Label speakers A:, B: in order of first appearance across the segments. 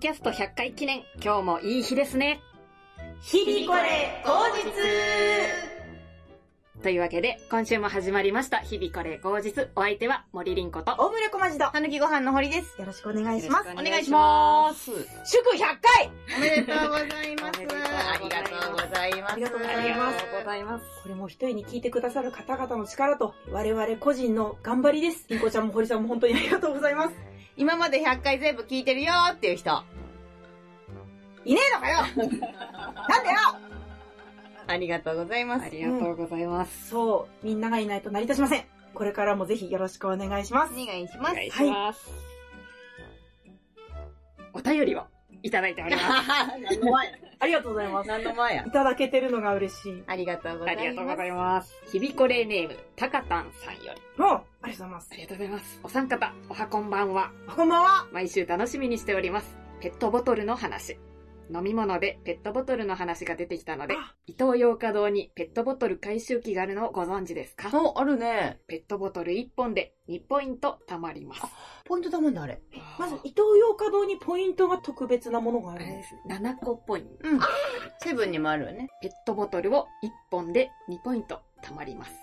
A: キャスト100回記念、今日もいい日ですね。
B: 日々これ後日
A: というわけで、今週も始まりました、日々これ後日。お相手は森凛子と、
B: 大村小町と、
C: たぬきご飯の堀です。
B: よろしくお願いします。
C: お願いします。
B: 祝100回
C: おめでとうございます。
A: おめでとうございます
C: ありがと
B: ありがとう
C: うございます。
B: ご
A: あ
B: ざ
A: り
B: い
A: が
B: ま
A: とうございます。
B: これも一人に聞いてくださる方々の力と、我々個人の頑張りです。りんこちゃんも堀さんも本当にありがとうございます。
C: 今まで100回全部聞いてるよーっていう人。
B: いねえ のかよなんだよ
C: ありがとうございます
A: あ。りがとうございます。
B: そう、みんながいないと成り立ちません。これからもぜひよろしくお願いしま
C: お
B: す。
C: 願いします
A: お。願いします。お便りをいただいており ます。
C: 何の前
B: ありがとうございます。
C: 何の前や
B: い。ただけてるのが嬉しい。
C: ありがとうござ
A: あ
C: います。
A: りがとうございます。ひびこれネーム、たかたんさんより。
B: もう、ありがとうございます
A: あ。りがとうございます。お三方、おはこんばんは。
B: あこんばんは。
A: 毎週楽しみにしております。ペットボトルの話。飲み物でペットボトルの話が出てきたので
B: あ、
A: 伊東洋華堂にペットボトル回収機があるのをご存知ですか
C: お、あるね。
A: ペットボトル1本で2ポイント貯まります。
C: ポイントだもんだ、あれ。
B: まず、伊東洋華堂にポイントが特別なものがあ
A: あ
B: る
A: れ
B: ん
A: で
B: です
A: 7個ポイント。
C: うん。セブンにもあるよね。
A: ペットボトルを1本で2ポイント貯まります。
B: す。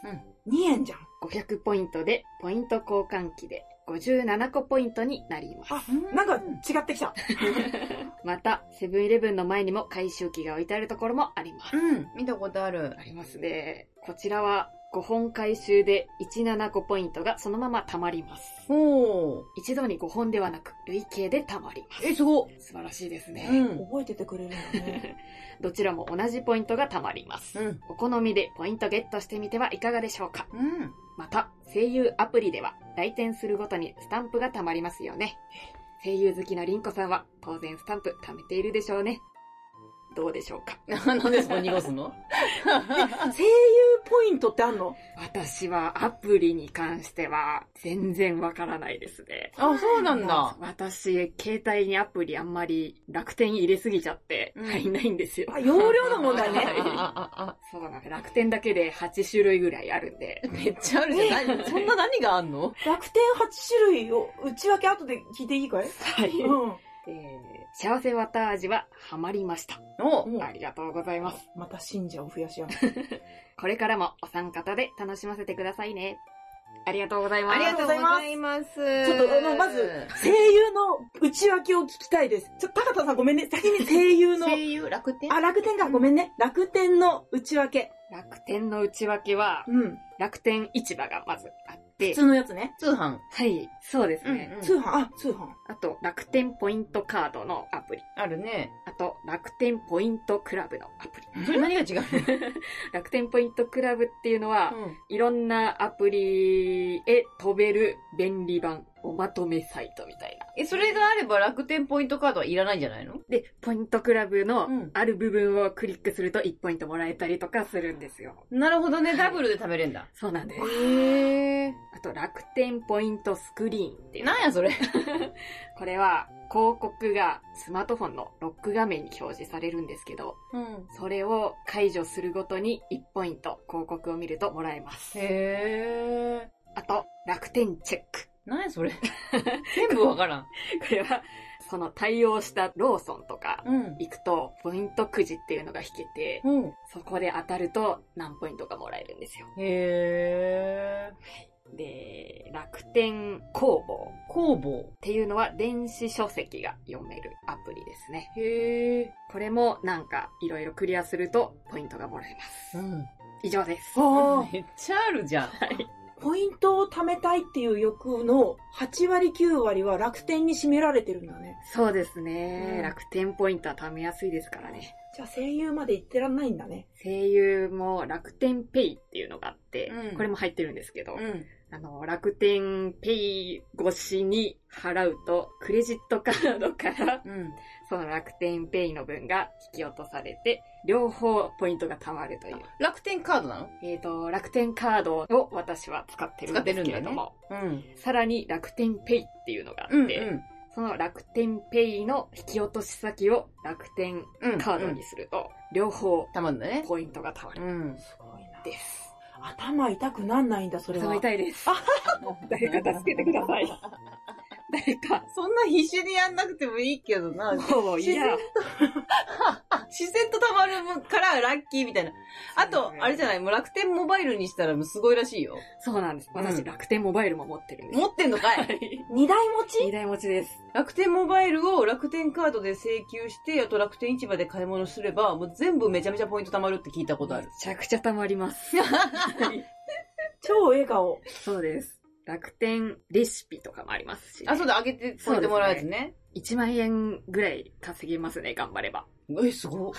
B: 2円じゃん。
A: 500ポイントで、ポイント交換機で57個ポイントになります。
B: あ、なんか違ってきた。
A: また、セブンイレブンの前にも回収機が置いてあるところもあります。
C: うん。見たことある
A: あ。りますね。こちらは5本回収で17個ポイントがそのまま貯まります。
C: おー。
A: 一度に5本ではなく、累計で貯まります。
C: え、すごっ。
A: 素晴らしいですね。
C: ん。
B: 覚えててくれるんだね。
A: どちらも同じポイントが貯まります。
C: うん。
A: お好みでポイントゲットしてみてはいかがでしょうか
C: うん。
A: また、声優アプリでは、来店するごとにスタンプが貯まりますよね。声優好きなりんこさんは、当然スタンプ貯めているでしょうね。どうでしょうか
C: なんでそこ濁すの
B: 声優ポイントってあんの
A: 私はアプリに関しては、全然わからないですね。
C: あ、そうなん
A: も
C: だ
A: う。私、携帯にアプリあんまり楽天入れすぎちゃって、
C: うん
A: 入んないんですよ。
B: あ、容量の問題
C: あ
B: ね。
C: あああ
A: そうなんです。楽天だけで8種類ぐらいあるんで。
C: めっちゃあるじゃん。何 そんな何があんの
B: 楽天8種類を内訳後で聞いていいかい
A: はい。
B: うん。
A: えー、幸せ綿味はハマりました。
C: お
B: もう
A: ありがとうございます。
B: また信者を増やしやん。
A: これからもお三方で楽しませてくださいね。ありがとうございま
C: あ
A: す。
C: りがとうございます。
B: ちょっとあのまず、声優の内訳を聞きたいです。ちょ、高田さんごめんね。先に声優の。
C: 声優楽天
B: あ、楽天か。ごめんね。楽天の内訳。
A: 楽天の内訳は、
B: うん。
A: 楽天市場がまずあって、
B: のやつね。
C: 通販。
A: はい、そうですね。
C: うん
B: 通販、あ、通販。
A: あと、楽天ポイントカードのアプリ。
C: あるね。
A: あと、楽天ポイントクラブのアプリ。
C: それ何が違う
A: 楽天ポイントクラブっていうのは、
C: の
A: いろんなアプリへ飛べる便利版おまとめサイトみたいな。
C: え、それがあれば楽天ポイントカードはいらないんじゃないの
A: で、ポイントクラブの
C: うん
A: ある部分をクリックすると1ポイントもらえたりとかするんですよ。
C: なるほどね。
A: はい
C: ダブルで食べれんだ。
A: そうなんです。
C: へえ。
A: あと、楽天ポイントスクリーンっていう。
C: なんやそれ。
A: これは、広告がスマートフォンのロック画面に表示されるんですけど、
C: うん。
A: それを解除するごとに1ポイント広告を見るともらえます。
C: へえ。
A: あと、楽天チェック。
C: なんやそ れ。全部わからん。
A: これは、その対応したローソンとか
C: うん。
A: 行くと、ポイントくじっていうのが引けて、
C: うん。
A: そこで当たると何ポイントかもらえるんですよ。
C: へえ。
A: で、楽天工房っ
C: 工房。
A: ていうのは電子書籍が読めるアプリですね。
C: へえ。
A: これもなんかいろいろクリアするとポイントがもらえます。
C: うん。
A: 以上です。
B: ああ。
C: めっちゃあるじゃん。
B: ポイントを貯めたいっていう欲の8割9割は楽天に占められてるんだね。
A: そうですね、
B: うん
A: 楽天ポイントは貯めやすいですからね。
B: じゃあ声優まで行ってらんないんだね。
A: 声優も楽天ペイっていうのがあって、
C: うん
A: これも入ってるんですけど、
C: うん。
A: あの、楽天ペイ越しに払うと、クレジットカードから、
C: うん。
A: その楽天ペイの分が引き落とされて、両方ポイントが貯まるという。
C: 楽天カードなの
A: えっ、と、楽天カードを私は使ってるんですけれども、
C: うん。
A: さらに楽天ペイっていうのがあって、
C: うん。うん。
A: その楽天ペイの引き落とし先を楽天
C: うん。
A: カードにすると、両方
C: たまんだね。
A: ポイントが貯まる
C: ん。
B: すごいな。
A: です。
B: 頭痛くなんないんだ、それは。
A: 頭痛いです。誰か助けてください。誰か、
C: そんな必死にやんなくてもいいけどな。
A: もういや、
C: 自然と溜まるからラッキーみたいな。あと、あれじゃないもう楽天モバイルにしたらもうすごいらしいよ。
A: そうなんです。
C: う
A: 私、
C: ん
A: 楽天モバイルも持ってるんです。
C: 持ってんのか
A: はいい。
B: 二台持ち
A: 二台持ちです。
C: 楽天モバイルを楽天カードで請求して、あと楽天市場で買い物すれば、もう全部めちゃめちゃポイント貯まるって聞いたことある
A: め。ちゃくちゃ溜まります。
B: 超笑顔。
A: そうです。楽天レシピとかもありますし、
C: あ、そうだ、上げてポイントもらうやつね。
A: 1万円ぐらい稼ぎますね、頑張れば。
C: え、すご
A: はい。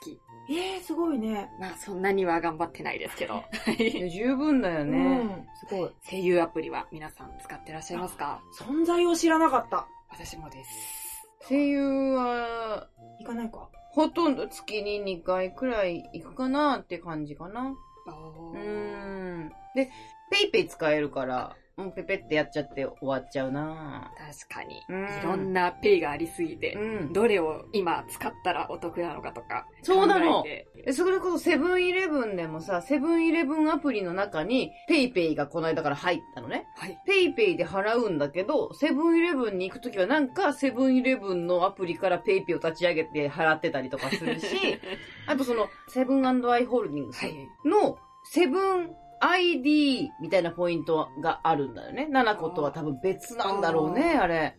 A: 月。
B: えー、すごいね。
A: まあ、そんなには頑張ってないですけ ど。
C: い。いや十分だよね。すごい。
A: 声優アプリは皆さん使ってらっしゃいますか
B: うん。存在を知らなかった。
A: 私もです。
C: 声優は、
B: 行かないか。
C: ほとんど月に2回くらい行くかなって感じかな。
A: お
C: う
A: ー
C: ーん。で、ペイペイ使えるから、もうペペってやっちゃって終わっちゃうな
A: 確かに。
C: うん
A: いろんなペイがありすぎて、
C: うん。
A: どれを今使ったらお得なのかとか。
C: そうなの
A: 考えて
C: えそれこそセブンイレブンでもさ、セブンイレブンアプリの中に、ペイペイがこの間から入ったのね。
A: はい。
C: ペイペイで払うんだけど、セブンイレブンに行くときはなんか、セブンイレブンのアプリからペイペイを立ち上げて払ってたりとかするし、 あとその、セブンアイ・ホールディングス
A: はい。
C: のセブン ID みたいなポイントがあるんだよね。7個とは多分別なんだろうね、あれ。
A: いや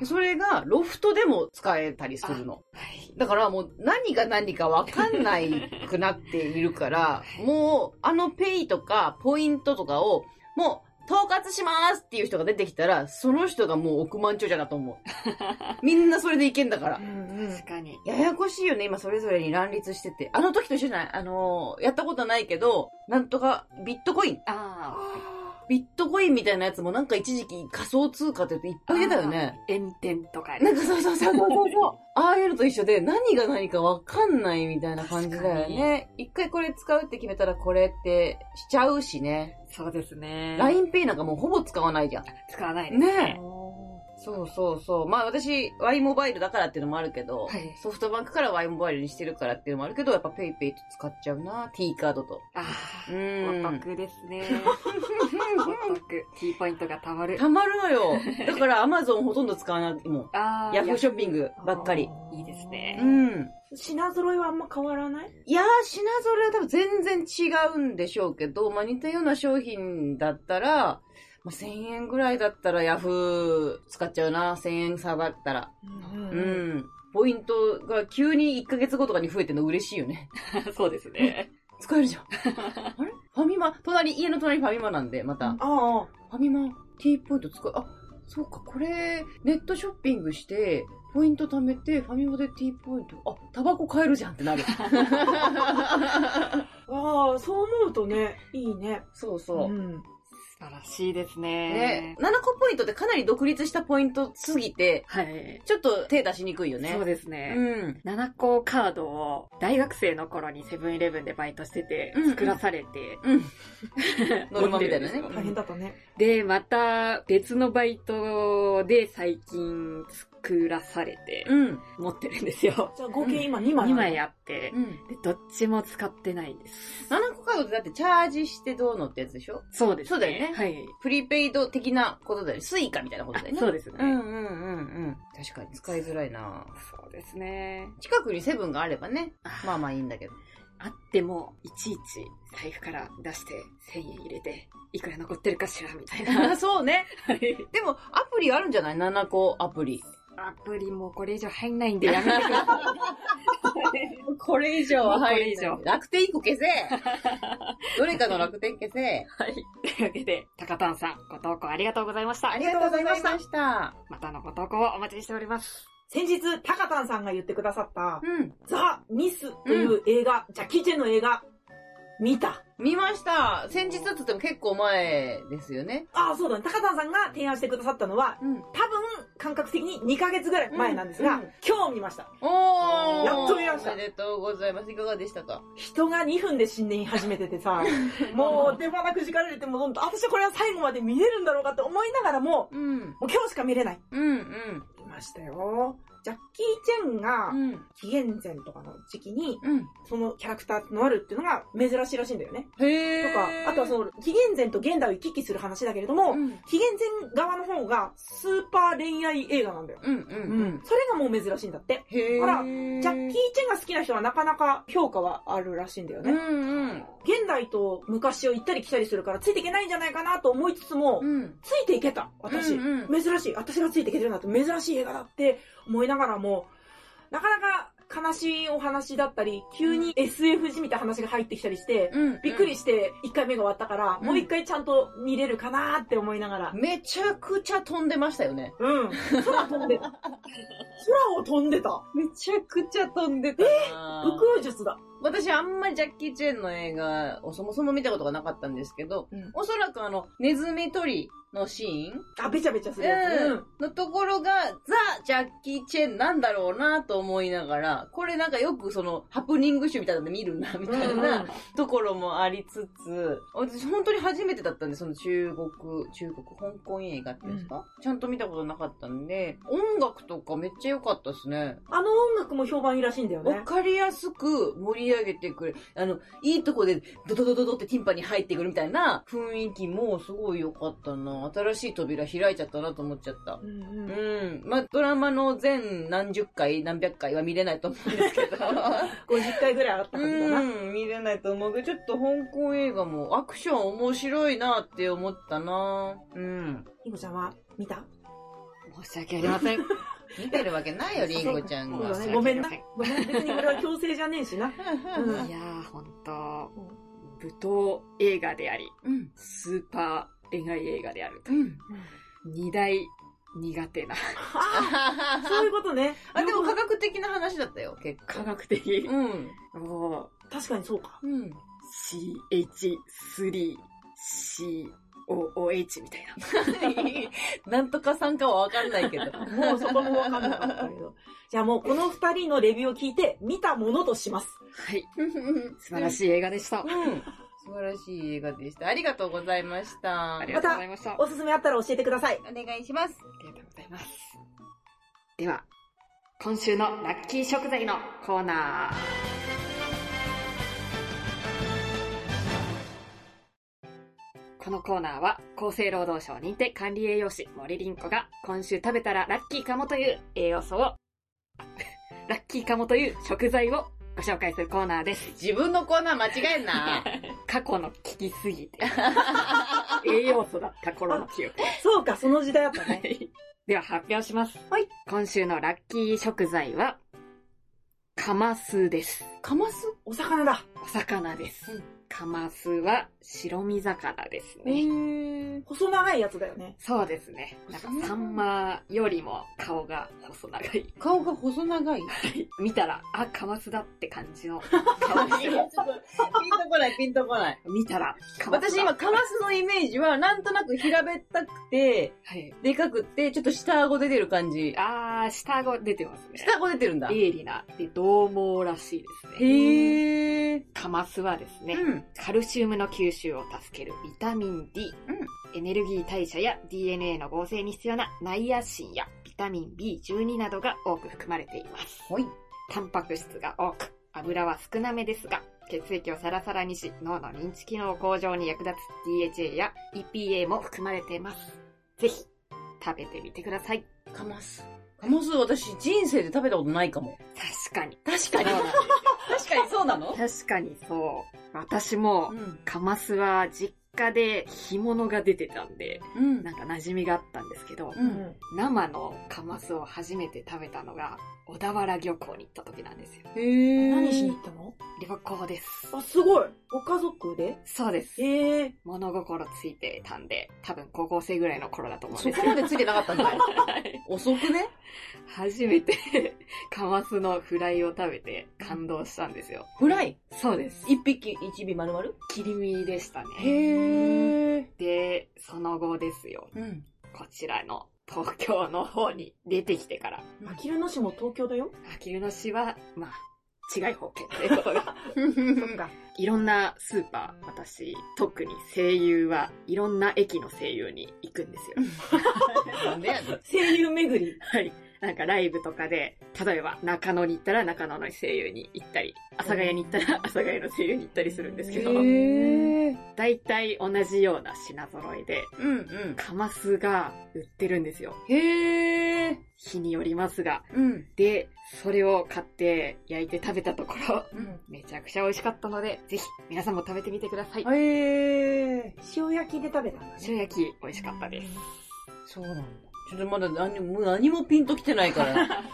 A: ー
C: それがロフトでも使えたりするの。
A: はい
C: だからもう何が何かわかんないくなっているから、もうあのペイとかポイントとかをもう統括しますっていう人が出てきたら、その人がもう億万長者だと思う。みんなそれでいけんだから
B: う。んうん
A: 確。かに。
C: ややこしいよね、今それぞれに乱立してて。あの時と一緒じゃないあのーやったことないけど、なんとか、ビットコイン。
A: あ
B: あ
C: ビットコインみたいなやつもなんか一時期仮想通貨って言っていっ
A: あ。
C: ぱい出たよね。
A: あー。炎天とかね
C: なんかそうそうそうそうそうそう。 ああいうのと一緒で何が何かわかんないみたいな感じだよね。一回これ使うって決めたらこれってしちゃうしね。
A: そうですね。
C: LINEPay なんかもうほぼ使わないじゃん。
A: 使わないです。
C: ねえ。
B: ー
C: そうそうそう。まあ私、Y モバイルだからっていうのもあるけど、
A: はい
C: ソフトバンクから Y モバイルにしてるからっていうのもあるけど、やっぱ PayPay ペイペイと使っちゃうな。T カードと。
A: あ
C: う
A: あ。お
C: ん。
A: 得ですね。お得。T ポイントが貯まる。
C: たまるのよ。だから Amazon ほとんど使わないもん。
A: ああ。
C: ヤフーショッピングばっかり。。
A: いいですね
C: う
A: ー
C: ん。
B: 品揃えはあんま変わらない
C: いやー、品揃えは多分全然違うんでしょうけど、まあ、似たような商品だったら、まあ、1000円ぐらいだったらヤフー使っちゃうな。1000円差だったら。
B: うん
C: う。ん。ポイントが急に1ヶ月後とかに増えてるの嬉しいよね。
A: そうですね。
C: 使えるじゃん。 あれファミマ、隣、家の隣ファミマなんで、また。
B: ああ、
C: ファミマ、T ポイント使う、あ、そうか、これ、ネットショッピングして、ポイント貯めて、ファミマで T ポイント、あ、タバコ買えるじゃんっ てなる。
B: ああ、そう思うとね、いいね。
C: そうそう。
B: ん。
A: 素晴らしいです
C: ね
A: ね。、
C: 7個ポイントってかなり独立したポイントすぎて、
A: はい。
C: ちょっと手出しにくいよね。
A: そう
C: で
A: ですね。7個カードを大学生の頃にセブンイレブンでバイトしてて
C: うんうん
A: 作らされて、
C: うん。 うん。ノルマみた
A: 持ってるん
C: いなね
A: ですよ
B: 大変だったね。
A: で、また別のバイトで最近作らされて
C: うん。
A: 持ってるんですよ。
B: じゃあ合計今2枚。
A: 2枚。あって
C: う、ん。
A: でどっちも使ってないんです。
C: 7個カードってだってチャージしてどうのってやつでしょ
A: そうですね。
C: そうだよね
A: はい。
C: プリペイド的なことだよね。スイカみたいなこと だよね。
A: あそうですね
C: うんうんうんうん。確かに使いづらいな
A: そうですね。
C: 近くにセブンがあればね。まあまあいいんだけど。
A: あっても、いちいち財布から出して1000円入れて、いくら残ってるかしらみたいな。
C: そうね。
A: はい
C: でも、アプリあるんじゃない ?7 個アプリ。
A: アプリもこれ以上入んないんでやめてくださ い。
C: これ以上
A: は入んない
C: れ以上楽天1個消せ どれかの楽天消せ
A: はい。というわけで、高丹さん、ご投稿ありがとうございました。
C: ありがとうございました。
A: またのご投稿をお待ちしております。
B: 先日、タカタンさんが言ってくださった、
C: うん。
B: ザ・ミスという映画、ジャッキー・チェンの映画、見た。
C: 見ました。先日だとても結構前ですよね。
B: ああ、そうだね。タカタンさんが提案してくださったのは、
C: うん。
B: 多分、感覚的に2ヶ月ぐらい前なんですが、
C: うんうん
B: 今日見ました。
C: おー。
B: やっと見ました
C: おめでとうございます。いかがでしたか
B: 人が2分で死んでい始めてて さ、もう手放なくじかれても、ほんと、私はこれは最後まで見れるんだろうかって思いながらも、
C: うん。
B: もう今日しか見れない。
C: うんうん。
B: 見ましたよ。ジャッキー・チェンが
C: うん。
B: 紀元前とかの時期に、
C: うん。
B: そのキャラクターとなるっていうのが珍しいらしいんだよね。
C: へ
B: と
C: え。
B: か、あとはその、紀元前と現代を行き来する話だけれども、
C: うん。うん
B: 紀元前側の方がスーパー恋愛映画なんだよ。
C: うんうん。
B: それがもう珍しいんだって。
C: へえ。
B: あらジャッキー・チェンが好きな人はなかなか評価はあるらしいんだよ
C: う
B: ね。
C: んうん。
B: 現代と昔を行ったり来たりするからついていけないんじゃないかなと思いつつも、
C: うん。
B: ついていけた、私。
C: うんうん
B: 珍しい。私がついていけてるなんて珍しい映画だって思いながらも、なかなか悲しいお話だったり、急に SF じみた話が入ってきたりして、
C: うん。
B: びっくりして1回目が終わったから、
C: うん
B: もう1回ちゃんと見れるかなって思いながら。
C: めちゃくちゃ飛んでましたよね。
B: うん。空飛んでた。空を飛んでた。
C: めちゃくちゃ飛んでたな
B: 武空術だ。
C: 私あんまりジャッキー・チェンの映画をそもそも見たことがなかったんですけど、
B: うん
C: おそらくあの、ネズミ捕りのシーン
B: あ、べちゃべちゃするやつ。うん。
C: のところが、ザ・ジャッキー・チェンなんだろうなと思いながら、これなんかよくその、ハプニング集みたいなので見るな、みたいなところもありつつ、私本当に初めてだったんで、その中国、中国、香港映画っていうんですか、ちゃんと見たことなかったんで、音楽とかめっちゃ良かったですね。
B: あの音楽も評判いいらしいんだよ
C: わ
B: ね。
C: かりやすく盛り上げてくれる。あの、いいとこでドドドドドってティンパに入ってくるみたいな雰囲気もすごい良かったな。新しい扉開いちゃったなと思っちゃった。
B: うんうん
C: うん。まあ、ドラマの全何十回、何百回は見れないと思うんですけ ど。
B: 50回ぐらいあったはずだな。
C: うん、見れないと思うけど、ちょっと香港映画もアクション面白いなって思ったなうん。
B: リンゴちゃんは見た
A: 申し訳ありません。
C: 見てるわけないよ、リンゴちゃん
B: そう
C: が
B: だ。
A: う
B: ね。ごめんな
A: はい。
B: ごめん。別にこれは強制じゃねえしな。うん
A: いやー、ほんと、舞踏映画であり、
C: うん。
A: スーパー恋愛映画であると
C: う。ん。
A: 二大苦手な、
B: ああ、そういうことね。
C: あ、でも科学的な話だったよ、結
A: 科
C: 構。
A: 学的、
C: うん。
A: もう、
B: 確かにそうか。
C: うん。
A: CH3、COOH みたいな。
C: なんとか参加はわかんないけど。
B: もうそこもわかんなかったけど。 じゃあもうこの二人のレビューを聞いて、見たものとします。
A: はい。素
C: 素
A: 晴ら
C: い。
A: しい映画でした。
C: うん。素晴らしい映画でした。ありがとうございました。
A: ありがとうございました。あ
B: おすすめあったら教えてください。
C: お願いします。
A: りがとうございます。では、今週のラッキー食材のコーナー。このコーナーは厚生労働省認定管理栄養士森凛子が今週食べたらラッキーかもという栄養素を、 あラッキーかもという食材をご紹介するコーナーです。
C: 自分のコーナー間違え んな。
A: 過去の聞きすぎて。栄養素だった頃の記憶。
B: そうか、その時代だったね。
A: では発表します。
B: はい。
A: 今週のラッキー食材は、カマスです。
C: かます
B: お魚だ。
A: お魚です
C: うん。
A: カマスは白身魚です
C: え
A: ね。
C: ー。
B: 細長いやつだよね。
A: そうですね。なんかサンマよりも顔が細長い。
C: 顔が細長い。
A: 見たら、あ、カマスだって感じの
C: ピ
A: 顔
C: ン
A: して る。
C: とこない、ピンとこない。
A: 見たら、カマス
C: 私
A: だ。
C: 今、カマスのイメージは、なんとなく平べったくて、
A: はい。
C: でかくて、ちょっと下顎出てる感じ。
A: あー、下顎出てますね。
C: 下顎出てるんだ。
A: 鋭利な。で、獰猛らしいですね。
C: へー。
A: カマスはですね、
C: うん。
A: カルシウムの吸収を助けるビタミン D、エネルギー代謝や DNA の合成に必要なナイアシンやビタミン B12 などが多く含まれています。
C: ほい。
A: タンパク質が多く、油は少なめですが、血液をサラサラにし、脳の認知機能向上に役立つ DHA や EPA も含まれています。ぜひ、食べてみてください。
C: カマス。カマス、私、人生で食べたことないかも。
A: 確かに。
C: 確かに。確かにそうなの
A: 確かにそう。私も
C: う、ん。
A: カマスは実家で干物が出てたんで、
C: うん
A: なんか馴染みがあったんですけど、
C: う。。
B: うん
A: 生のカマスを初めて食べたのが、小田原漁港に行った時なんですよ。
C: へー。
B: 何しに行ったの
A: 旅行です。
B: あ、すごい。ご家族で
A: そうです。
B: ええ
A: 物心ついてたんで、多分高校生ぐらいの頃だと思うん
C: そ
A: です
C: こ
A: けど
C: ま、でついてなかったんだ。遅くね
A: 初めて カマスのフライを食べて感動したんですよ。
C: フライ
A: そうです。
C: 一匹、一尾丸々
A: 切り身でしたね。
C: へー。
A: で、その後ですよ。
C: うん。
A: こちらの東京の方に出てきてから、
B: あきる野市も東京だよ。
A: あきる野市は、まあ、違い方形ということで。
B: か。
A: いろんなスーパー、私、特に声優はいろんな駅の声優に行くんですよ。
C: なんでやねん
B: 声優巡り。
A: はい。なんかライブとかで、例えば中野に行ったら中野の声優に行ったり、阿佐ヶ谷に行ったら阿佐ヶ谷の声優に行ったりするんですけど
B: へ、ー
A: 大体同じような品揃いで、
C: うんうん。
A: カマスが売ってるんですよ。
C: へえ。
A: 日によりますが。
C: うん。
A: で、それを買って焼いて食べたところ、
C: うん。
A: めちゃくちゃ美味しかったので、ぜひ皆さんも食べてみてください。
C: へえ。
B: 塩焼きで食べたんだね。
A: 塩焼き美味しかったです。
C: そうなんだ。ちょっとまだ何も、何もピンときてない から。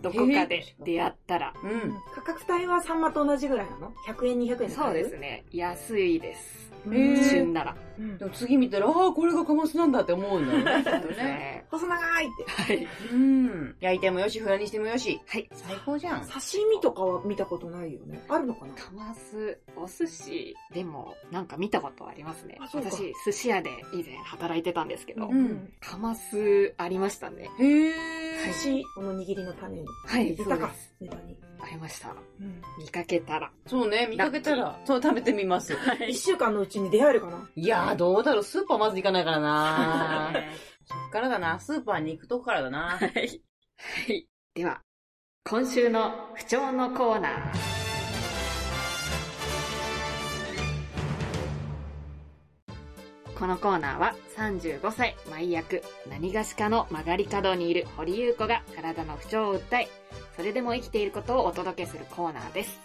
A: どこかで出会ったら、
C: うん。
B: 価格帯はサンマと同じぐらいなの ?100 円、200円
A: そうです。ね、安いです。
B: う
C: へー
A: 旬なら。
B: ん
C: でも次見たら、ああ、これがカマスなんだって思うんだよね。きっとね。
A: ね
B: 細長いって。
A: はい。
C: うん。焼いてもよし、フライにしてもよし。
A: はい。
C: 最高じゃん。
B: 刺身とかは見たことないよね。あるのかな
A: カマス、お寿司、でも、なんか見たことありますね
B: あ。そうか
A: 私、寿司屋で以前働いてたんですけど、
C: うん
A: カマスありましたね。
C: へ
B: 寿
C: え。
B: 司、この握りの種に。
A: はい、そ
B: 出
A: う
B: た
A: で
B: か
A: す。、
B: ネタに。
A: ありました。見かけたら。
C: そうね、見かけたら、そう、食べてみます。
B: 一週間のうちに出会えるかない
C: やー、どうだろう。スーパーまず行かないから
A: は
C: なそっ からだな。スーパーに行くとこからだな。
A: い。はい。では、今週の不調のコーナー。このコーナーは35歳、毎役、何がしかの曲がり角にいる堀優子が体の不調を訴え、それでも生きていることをお届けするコーナーです。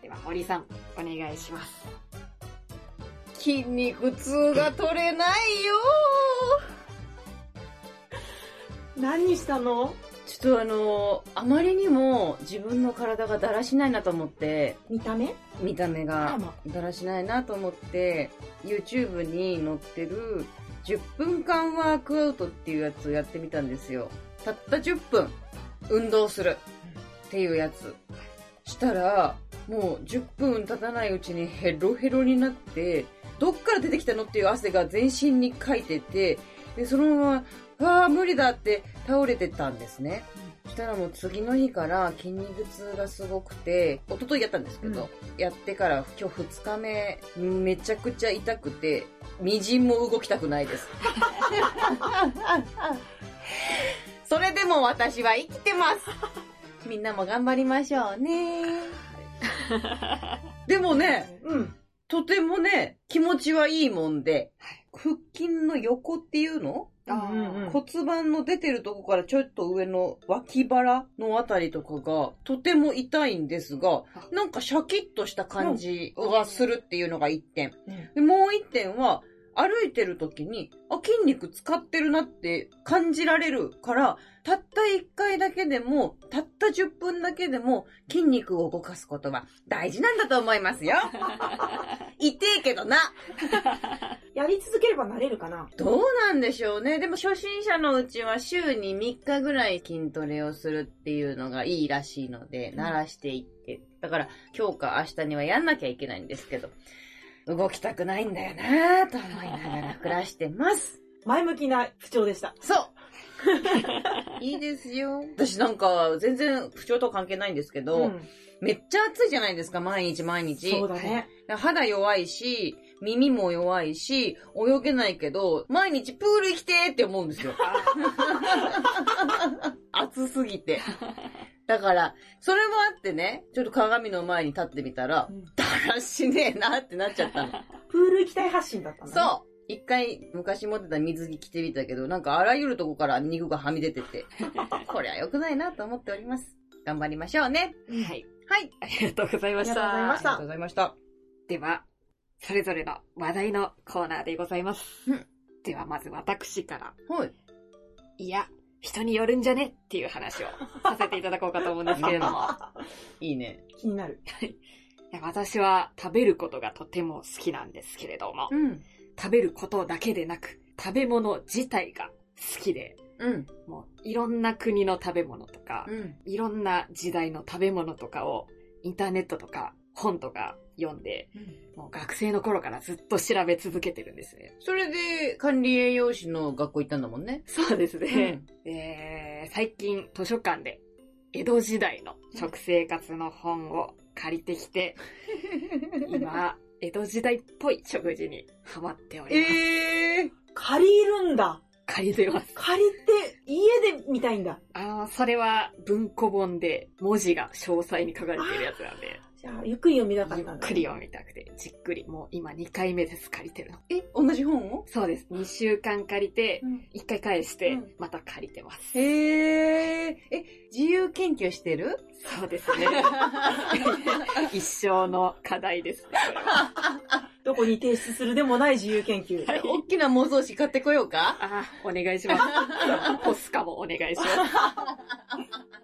A: では、堀さん、お願いします。
C: 筋肉痛が取れないよ
B: 何したの
C: ーちょっとあのーあまりにも自分の体がだらしないなと思って、
B: 見た目
C: 見た目
B: あ
C: が
B: ま
C: だらしないなと思って、YouTube に載ってる10分間ワークアウトっていうやつをやってみたんですよ。たった10分運動するっていうやつ。したら、もう10分経たないうちにヘロヘロになって、どっから出てきたのっていう汗が全身にかいてて、で、そのまま、ああ、無理だって倒れてたんですね。そしたらもう次の日から筋肉痛がすごくて、一昨日やったんですけど、やってから今日2日目、めちゃくちゃ痛くて、みじんも動きたくない です。それでも私は生きてますみんなも頑張りましょうね。でもね、
B: うん。
C: とてもね、気持ちはいいもんで、
A: はい
C: 腹筋の横っていうの
A: あー
B: うんうんうん
C: 骨盤の出てるとこからちょっと上の脇腹のあたりとかがとても痛いんですが
A: あ、
C: なんかシャキッとした感じがするっていうのが一点。
B: うん
C: でもう一点は、歩いてる時に、あ、筋肉使ってるなって感じられるから、たった一回だけでも、たった10分だけでも筋肉を動かすことは大事なんだと思い ますよ。痛えけどな。
B: やり続ければなれるかな
C: どうなんでしょうね。でも初心者のうちは週に3日ぐらい筋トレをするっていうのがいいらしいので、慣らしていって。だから今日か明日にはやんなきゃいけないんですけど、動きたくないんだよなぁと思いな がら暮らしてます。
B: 前向きな不調でした。
C: そういいですよ。私なんか全然不調とは関係ないんですけど、
B: ん
C: めっちゃ暑いじゃないですか、毎日毎日。
B: そうだね。
C: 肌弱いし、耳も弱いし、泳げないけど、毎日プール行きてーって思うん ですよ。暑すぎて。だから、それもあってね、ちょっと鏡の前に立ってみたら、だらしねえなってなっちゃ ったの。
B: プール行きたい発信だったんだね。
C: そう一回昔持ってた水着着てみたけど、なんかあらゆるとこから肉がはみ出て て、これは良くないなと思っております。頑張りましょうね。
A: はい。
C: はい。
A: ありがとうございました。
B: ありがとうございま
C: あ
B: し
C: りがとうございました。
A: では、それぞれの話題のコーナーでございます。
C: うん
A: では、まず私から、
C: はい。
A: いや、人によるんじゃねっていう話を させていただこうかと思うんですけれども。
C: いいね。
B: 気になる。
A: いや私は食べることがとても好きなんですけれども、
C: うん。
A: 食べることだけでなく、食べ物自体が好きで、
C: うん。
A: もういろんな国の食べ物とか、
C: うん。
A: いろんな時代の食べ物とかをインターネットとか本とか読んで、もう学生の頃からずっと調べ続けてるんですね。
C: それで管理栄養士の学校行ったんだもんね。
A: そうですね。
C: うん。
A: えー最近図書館で江戸時代の食生活の本を借りてき て、今、江戸時代っぽい食事にハマっております。
C: ええ
B: 借りるんだ。
A: 借りてます。
B: 借りて、家で見たいんだ。
A: あの、それは文庫本で文字が詳細に書かれてるやつなんで、
B: じゃあ、ゆっくり読みたかっ
A: ゆ
B: た
A: っ
B: んだ。
A: くり読みたくて、じっくり、もう今2回目です、借りてるの。
C: え、同じ本を
A: そうです。2週間借りて
B: う、ん。
A: 1回返して
B: うん、
A: また借りてます。
C: へえ。え、自由研究してる
A: そうです ね。 一生の課題ですね、これは
B: どこに提出するでもない自由研究。
C: 大きな模造紙買ってこようか
A: ああ、お願いし ます。ポスカもお願いします。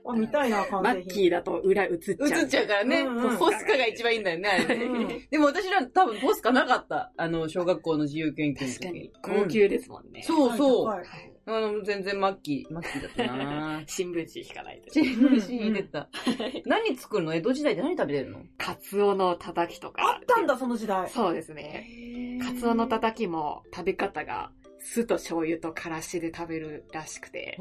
B: あ、見たいな、完
A: マ
B: 成
A: ッ
B: 品。
A: キーだと裏映っちゃう。
C: 映っちゃうからね。
B: うんうん
C: ポスカが一番いいんだよねあれね。
B: うん
C: でも私ら多分ポスカなかった。あの、小学校の自由研究の時
A: 確かに、高級ですもんね。
C: そうそう。
B: はい
A: はい
C: あの、全然マッキー、マッキーだったな
A: 新聞紙引かないと。
C: チームシーン出た。何作るの江戸時代で何食べてるの
A: カツオのたたきと
B: あ
A: か
B: っ。たんだ、その時代。
A: そうですね。カツオのたたきも食べ方が酢と醤油とからしで食べるらしくて、
C: へ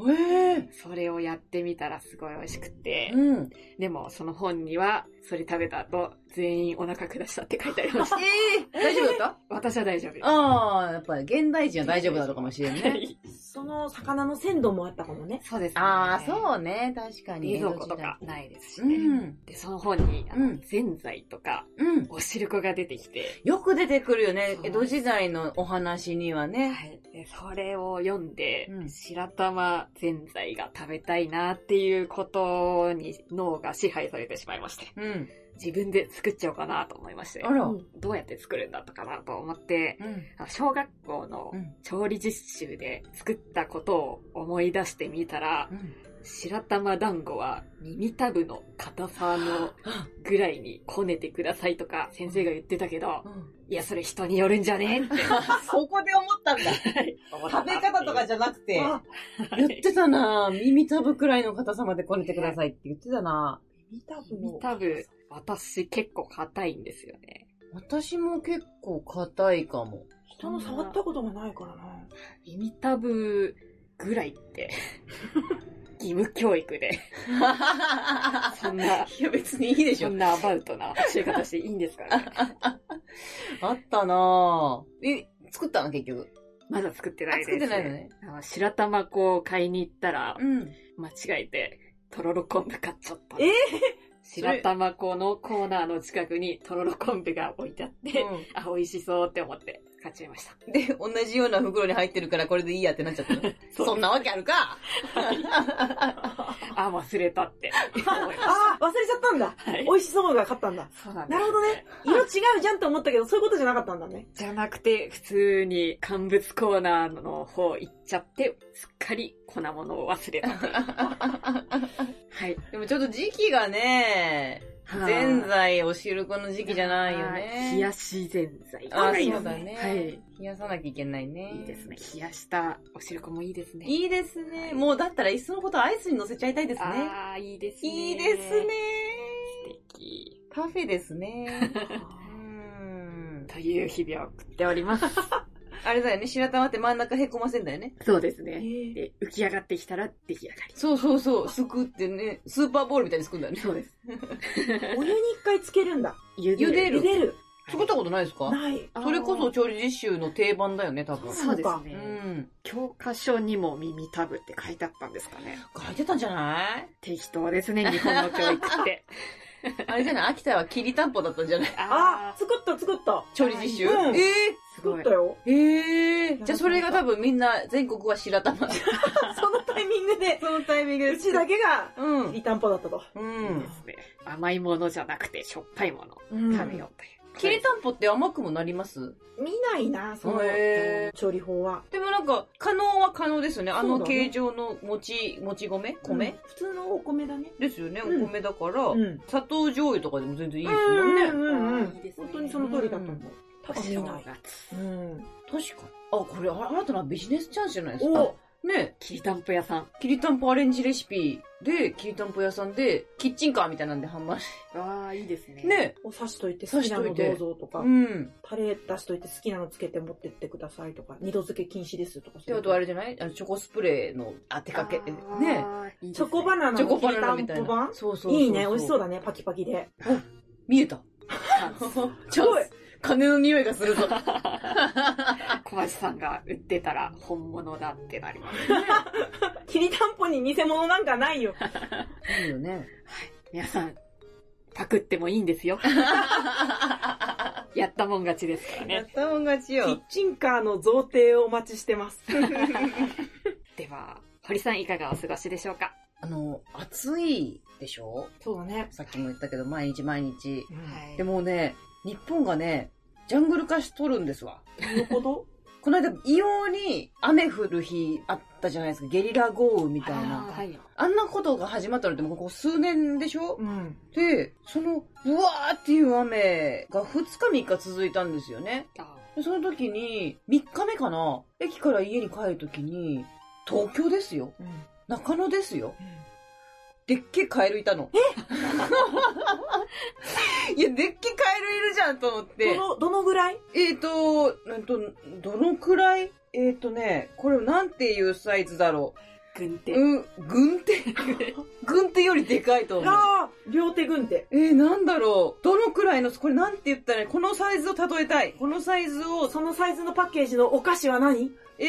C: え。
A: それをやってみたらすごい美味しくて、
C: うん。
A: でもその本にはそれ食べた後全員お腹下したって書いてありまし
C: え
A: た。
C: え大丈夫だっ
A: 私は大丈夫です
C: た。ああ、やっぱり現代人は大丈夫だったかもしれん
A: は
C: ね。
A: い
B: その魚の鮮度もあったかもね。
A: そうですね。
C: ああ、そうね。確か
A: う
C: に。
A: 冷蔵庫とかないですし
C: 江戸
A: ね。
C: 時代。うん。
A: で、その本に、あの、
C: うん
A: ぜんざいとか、
C: うん。
A: お汁粉が出てきて、
C: よく出てくるよね
A: そ。う
C: 江戸時代のお話にはね。
A: はい。で、それを読んで、
C: うん
A: 白玉ぜんざいが食べたいなっていうことに脳が支配されてしまいまして、
C: うん。
A: 自分で作っちゃおうかなと思いまして
C: あ、ら。
B: うん
A: どうやって作るんだったかなと思って、
C: うん。
A: あの小学校の
C: うん
A: 調理実習で作ったことを思い出してみたら
C: う、ん。
A: 白玉団子は耳たぶの硬さのぐらいにこねてくださいとか先生が言ってたけど、いや、それ人によるんじゃねって
C: そこで思ったんだ。
A: 思った
C: 食べ方とかじゃなくて。
B: あ、
C: 言ってたなぁ耳たぶくらいの硬さまでこねてくださいって言ってたなぁ
B: 見たぶ
A: 耳たぶ、私結構硬いんですよね。
C: 私も結構硬いかも。
B: 人の触ったことがないからな。
A: 耳たぶぐらい って、義務教育で、 そんな、
C: いや別にいいでし
A: そ
C: ょ
A: ん。なアバウトな教え方していいんですから、 ね、
C: あったなぁえ、作ったの結局。
A: まだ作って
C: あ
A: ないです、
C: 作ってないのね。
A: あの白玉粉を買いに行ったら、
C: うん。
A: 間違えて、とろろ昆布買っちゃった。
B: え
A: 白玉粉のコーナーの近くにとろろ昆布が置いてあって、あ、美味しそうって思って買っちゃいました。
C: で、同じような袋に入ってるからこれでいいやってなっちゃったの。 そんなわけあるか
A: あ、忘れた って思いまし
B: あ、忘れちゃったんだ。
A: た。はい
B: 美。味しそうが勝ったんだ。
A: そうなんです
B: なるほどね。色違うじゃんと思ったけど、そういうことじゃなかったんだね。
A: じゃなくて、普通に乾物コーナーの方行っちゃって、すっかり粉物を忘 れた。はい。
C: でもちょっと時期がね、ぜんざいお汁粉の時期じゃないよね。
A: 冷やしぜんざい。
C: あ、
A: はい
C: そうだね。
A: はい。
C: 冷やさなきゃいけないね。
A: いいですね。冷やしたお汁粉もいいですね。い
C: いいですね。もうだったらいっそのことアイスに乗せちゃいたいですね。
A: ああ、いいですね。
C: いいですね。。
A: 素敵。
C: カフェです ね。うー
B: あ
C: ん
A: という日々を送っております。
C: あれだよね、白玉って真ん中へこませんだよね。
A: そうです
B: ー
A: ね。
B: へー
A: で、浮き上がってきたら出来上がり。
C: そうそうそう、すくってね、スーパーボールみたいにすくんだよね。
A: そうです。
B: お湯に一回つけるんだ。
A: 茹
C: 茹でる
B: 茹でる。
C: 作ったことないですか
B: ない。
C: それこそ調理実習の定番だよね、多分。
A: そうです
C: う
A: ね。
C: ん。
A: 教科書にも耳たぶって書いてあったんですか ね。
C: 書いてたんじゃない
A: 適当ですね、日本の教育って。
C: あれじゃない秋田はきりたんぽだったんじ ゃない
B: あ
A: あ、
B: 作った作った。
C: 調理実習
B: うん
C: え
A: すご
B: 作
A: い
B: った。よ。
C: えええじゃあそれが多分みんな全国は白玉。
B: そのタイミングで、
C: そのタイミン グ
B: うちだけが、
C: う
B: き
C: ん。
B: りたんぽだったと。
C: うん。
A: ね甘いものじゃなくて、しょっぱいものを
B: うん
A: 食べようという。
C: きりたんぽって甘くもなります
B: 見ないな、その
C: へ
B: 調理法は。
C: でもなんか、可能は可能ですよね。あ
B: そ
C: の
B: うだね
C: 形状のもち、もち米米、
B: うん普通のお米だね。
C: ですよね。
B: うん
C: お米だから、
B: うん。
C: 砂糖醤油とかでも全然いいです
B: う
C: もん
B: ん
C: ね。
B: うん
A: あ
B: う
A: ーいいで
B: ん。
A: すね
B: 本当にその通りだと思う。多分見
A: 正
B: ない。
A: 月。
B: うん。
C: 確かに。あ、これ新たなビジネスチャンスじゃないですか
B: お。
C: ね
A: きりたんぽ屋さん。
C: きりたんぽアレンジレシピで、きりたんぽ屋さんで、キッチンカーみたいなんで販売し
A: ああ、いいですね。
C: て。ね
B: お刺しといて好きなのどうぞとか
C: う、ん。
B: タレ出しといて好きなのつけて持ってってくださいとか、二度漬け禁止ですとか。
C: ってことはあれじゃないあのチョコスプレーの当てかけ。
A: え。い
C: ね
A: いですね
B: チョコバナナ
C: チ
B: の
C: ョコ
B: き
C: バ
B: り
C: ナ
B: た
C: ナ
B: ん
C: みたい
B: ぽ
C: な
B: 版。
C: そうそうそうそう。
B: いいね、美味しそうだね、パキパキで。
C: 見えた。
A: チャンス
C: チャンス金の匂いがするぞ。
A: こ小橋さんが売ってたら本物だってなります。
B: きりたんぽに偽物なんかないよ。
C: いいよね。
A: 皆さん、パクってもいいんです よ。やったもん勝ちですから
C: やっ
A: ね。
C: たもん勝ち
B: キ
C: よ
B: ッ。チンカーの贈呈をお待ちして ます。
A: では、堀さんいかがお過ごしでしょうか
C: あの、暑いでしょ
B: そうだね。
C: さっきも言ったけど、毎日毎日。
A: はい
C: でもね、日本がね、ジャングル化しとるんですわ。
B: どういうこと
C: この間、異様に雨降る日あったじゃないですか。ゲリラ豪雨みたい
B: あ
C: な。
B: ー
A: はい。
C: あんなことが始まったのってもうここ数年でしょ
B: うん。
C: で、その、うわーっていう雨が2日3日続いたんですよね。
A: あ
C: でその時に、3日目かな駅から家に帰る時に、東京ですよ。
B: うん。
C: 中野ですよ。でっけカエルいたの。 いや、でっけカエルいるじゃんと思って
B: ど。の、どのぐらい
C: えーと、なんと、どのくらいえーとね、これなんていうサイズだろ
A: 軍
C: う。
A: 手。
C: うん、軍 手軍手よりでかいと思う。
B: ああ、両手軍手。
C: えー、なんだろう。どのくらいの、これなんて言ったらいいこのサイズを例えたい。このサイズを、
B: そのサイズのパッケージのお菓子は何
C: え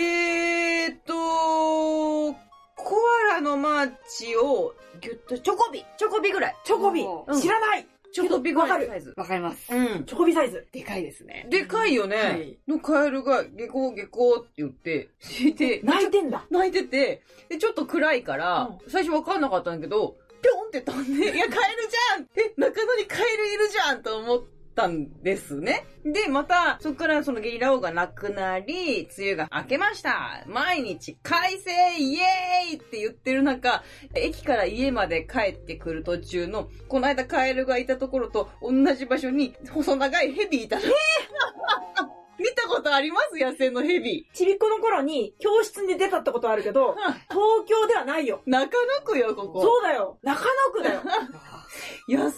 C: ーと、コアラのマーチをギュッと、チョコビチョコビぐらい
B: チョコビ
A: お
C: ー
B: 知らない
C: チョコビぐらいのサイズ。
A: わかります。
C: うん。
B: チョコビサイズ。
A: でかいですね。
C: でかいよね。
A: はい
C: のカエルが、下校下校って言 って、いて、
B: 泣いてんだ。
C: 泣いてて、で、ちょっと暗いから、最初わかんなかったんだけど、ぴょんって飛 んで、いや、カエルじゃんえ、中野にカエルいるじゃんと思ったんですね。で、また、そこからそのゲリラ王がなくなり、梅雨が明けました毎日、快晴イエーイって言ってる中、駅から家まで帰ってくる途中の、この間カエルがいたところと同じ場所に、細長いヘビいたの。 見たことあります野生のヘビ。
B: ちびっこの頃に教室に出たってことはあるけ ど、東京ではないよ。
C: 中野区よ、ここ。
B: そうだよ。中野区だ よ。
C: 野生の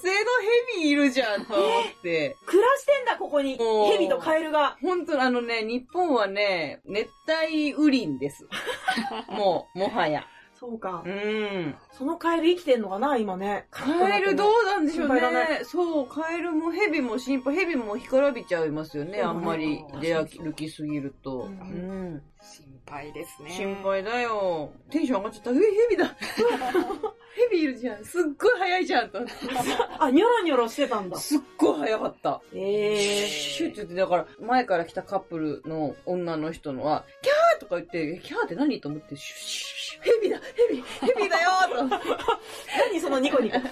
C: ヘビいるじゃんと思って。
B: 暮らしてんだ、ここに。
C: おー
B: ヘビとカエルが。
C: 本当あのね、日本はね、熱帯雨林です。もう、もはや。
B: そうか
C: う。ん。
B: そのカエル生きてんのかな、今ね。
C: カエルどうなんでしょう
B: 心配だ
C: ね。そう、カエルもヘビも心配、ヘビも干からびちゃいますよね。
B: そう
C: あ
B: だね
C: んまり出歩きすぎると。
B: う
C: うんん。
A: 心配ですね。
C: 心。配だよ。テンション上がっちゃった。え、ヘビだ。ヘビいるじゃん。すっごい早いじゃんと思って。
B: あ、ニョロニョロしてたんだ。
C: すっごい早かった。
B: え
C: シュッ
B: ー。
C: て言って、だから、前から来たカップルの女の人のは、キャーとか言って、えキャーって何と思って、シュッシュッシュッヘビだヘビヘビだよーと思って
B: 何そのニコニコ。
C: 好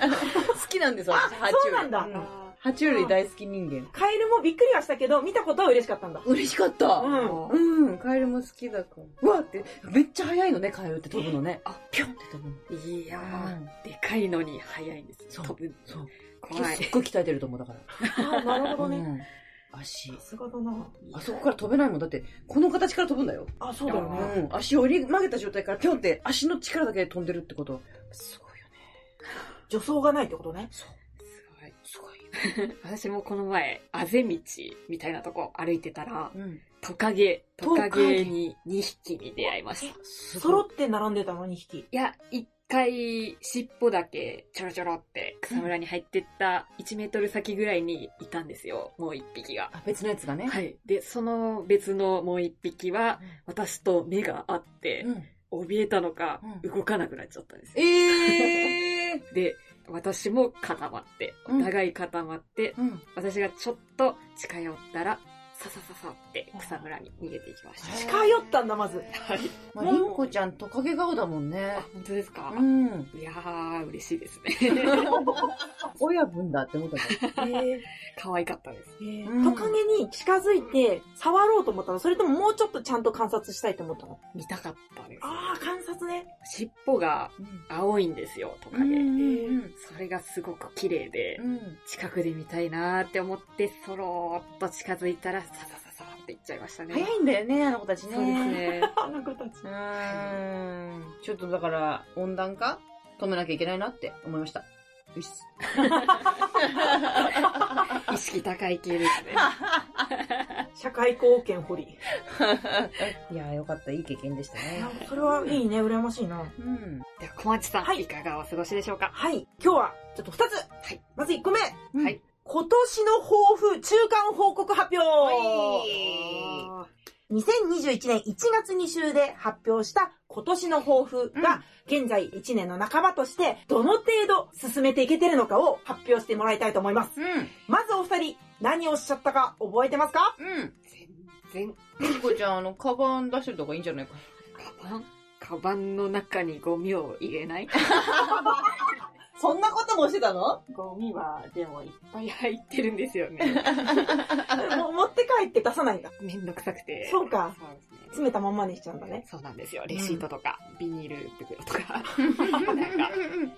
C: きなんですよ、私、爬
B: そうなんだ
C: う爬虫類大好き人間。
B: カエルもびっくりはしたけど、見たことは嬉しかったんだ。
C: 嬉しかった
B: う。ん。
A: もう
C: うん、カエルも好きだから。うわって、めっちゃ速いのね、カエルって飛ぶのね。あ、ピョンって飛ぶの。
A: いやー、
C: うん
A: でかいのに早いんです。
C: そう
A: 飛ぶ。
C: そう。
A: 怖い
C: す。っごい鍛えてると思う、だから。
B: あなるほど
C: う
B: ね。
C: ん足
B: さ。すがだな。
C: あそこから飛べないもん。だって、この形から飛ぶんだよ。
B: あ、そうだよね。
C: うん、足を折り曲げた状態からピョンって足の力だけで飛んでるってことはすごいよね。
B: 助走がないってことね。
C: そう。
A: すごい。
C: すごい。
A: 私もこの前、あぜ道みたいなとこ歩いてたら、
C: うん。
A: トカゲ、
B: ト
A: ト
B: カゲ
A: カゲに2匹に出会いました。い
C: す
B: 揃って並んでたの、2匹。
A: や、一回、尻尾だけ、ちょろちょろって草むらに入ってった1メートル先ぐらいにいたんですよ、もう1匹が。
C: あ、別のやつがね。。
A: はいい。で、その別のもう1匹は、私と目が合って、
C: うん。
A: 怯えたのか、
C: うん
A: 動かなくなっちゃったんですよ
C: ええ
A: で、私も固まって、
C: うん
A: お互い固まって、
C: ー。 うん。
A: 私がちょっと近寄ったら、ささささって草むらに逃げていきました。
B: 近寄ったんだ、まず。
A: はい。
C: まあ、りんこちゃんトカゲ顔だもんね
A: あ。、本当ですか、
C: うん。
A: いやー、嬉しいですね。
C: 親分だって思ったじ
B: えー
A: 可愛かったです。
B: えー
C: うん
B: トカゲに近づいて触ろうと思ったのそれとももうちょっとちゃんと観察したいと思ったの
A: 見たかったで
B: ああ、観察ね。
A: す。尻尾が
C: ゃん。
A: 青いんですよ、トカゲ。
C: うん。
A: それがすごく綺麗で、
C: うん。
A: 近くで見たいなーって思って、そろーっと近づいたら、ささささっていっちゃいましたね。
C: 早いんだよね、あの子たちね。
A: そうです。ね。
B: あの子たち。
C: うーん。ちょっとだから、温暖化止めなきゃいけないなって思いま した。よし。
A: 意識高い系 ですね。
B: 社会貢献掘り。
C: いやーよかった。いい経験でした
B: い
C: ね
B: や。それはいいね、羨ましいな。
C: うん。
A: では、小町さん、
B: はい
A: い、かがお過ごしでしょうか
B: はい、今日はちょっと2つ。
A: はい
B: まず1個目。
A: はい。
B: 今年の抱負、中間報告発表、
A: あー
B: 2021年1月2週で発表した今年の抱負が、現在1年の半ばとして、どの程度進めていけてるのかを発表してもらいたいと思います。
C: うん。
B: まずお二人、何をおっしゃったか覚えてますか
C: うん。
A: 全然、
C: ゆうこちゃん、あの、カバン出してた方がいいんじゃないか
A: カバンカバンの中にゴミを入れない
C: そんなこともしてたの
A: ゴミは、でもいっぱい入ってるんですよね。
B: もう持って帰って出さないんだ。
A: めんどくさくて。
B: そうか
A: そうですね。
B: 詰めたまんまにしちゃうんだね。
A: そうなんですよ。レシートとか、ビニール袋とか、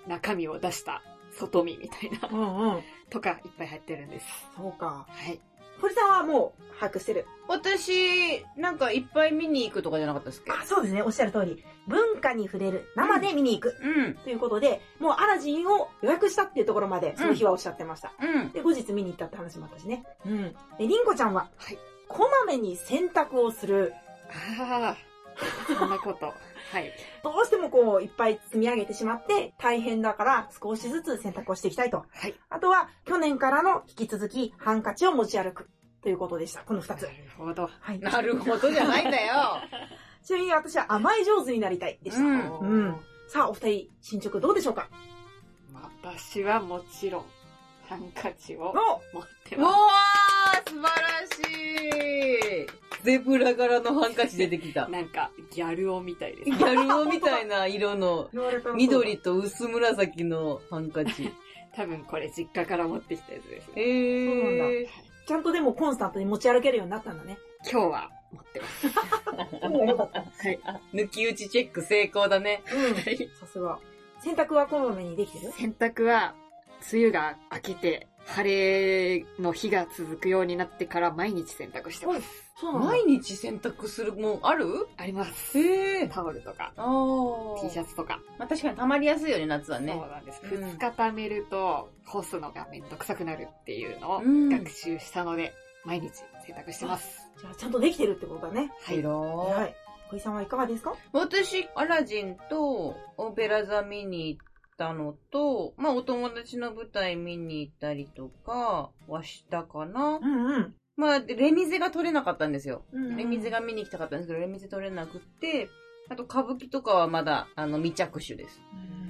A: 中身を出した外身みたいな、
B: うんうん。
A: とかいっぱい入ってるんです。
B: そうか。
A: はい。
B: 堀さんはもう把握してる。
C: 私、なんかいっぱい見に行くとかじゃなかったっすっけ
B: あ、そうですね。おっしゃる通り。文化に触れる。生で見に行く。
C: うん。
B: ということで、もうアラジンを予約したっていうところまで、その日はおっしゃってました。
C: うん。
B: で、後日見に行ったって話もあったしね。うん。で、りんこちゃんは、
A: はい
B: こまめに洗濯をする。
A: ああ、そんな こと。はい。
B: どうしてもこう、いっぱい積み上げてしまって、大変だから、少しずつ洗濯をしていきたいと。
A: はい。
B: あとは、去年からの引き続き、ハンカチを持ち歩く。ということでした。この二
A: な
B: つ
A: る。ほど。
B: はい。
C: なるほどじゃないんだよ。
B: ちなみに私は甘え上手になりたいでした。
C: うん
B: うんさあ、お二人、進捗どうでしょうか
A: 私はもちろん、ハンカチを
B: の
A: 持って
C: う
A: ま
C: わー素晴らしいゼブラ柄のハンカチ出てきた
A: す。。なんか、ギャル男みたいです
C: ギ。ャル男みたいな色 の、緑と薄紫のハンカチ。
A: 多分これ実家から持ってきたやつです
C: え
A: ね。
C: ー。
B: ちゃんとでもコンスタントに持ち歩けるようになったんだね。
A: 今日は持ってます。
B: よかった。
A: はい。
C: 抜き打ちチェック成功だね。
B: うん。 さすが。洗濯はこまめにできてる
A: 洗濯は、梅雨が明けて、晴れの日が続くようになってから毎日洗濯してます。
B: そうなんだ。
C: 毎日洗濯するもんある
A: あります。
C: へー。
A: タオルとか、
C: あー
A: T シャツとか。
C: まあ確かに溜まりやすいよね、夏はね。
A: そうなんです。
C: うん
A: 2日貯めると、干すのがめんどくさくなるっていうのを
C: うん
A: 学習したので、毎日洗濯してます。
B: じゃあ、ちゃんとできてるってことだね。
A: はい。
C: は。
B: はいい。堀さんはいかがですか
C: 私、アラジンとオペラ座見に行ったのと、まあお友達の舞台見に行ったりとかはしたかな。
B: んうん。
C: まあ、でレミゼが取れなかったんですよ。
B: うんうん
C: レミゼが見に行きたかったんですけど、レミゼ取れなくって、あと歌舞伎とかはまだ、あの、未着手です。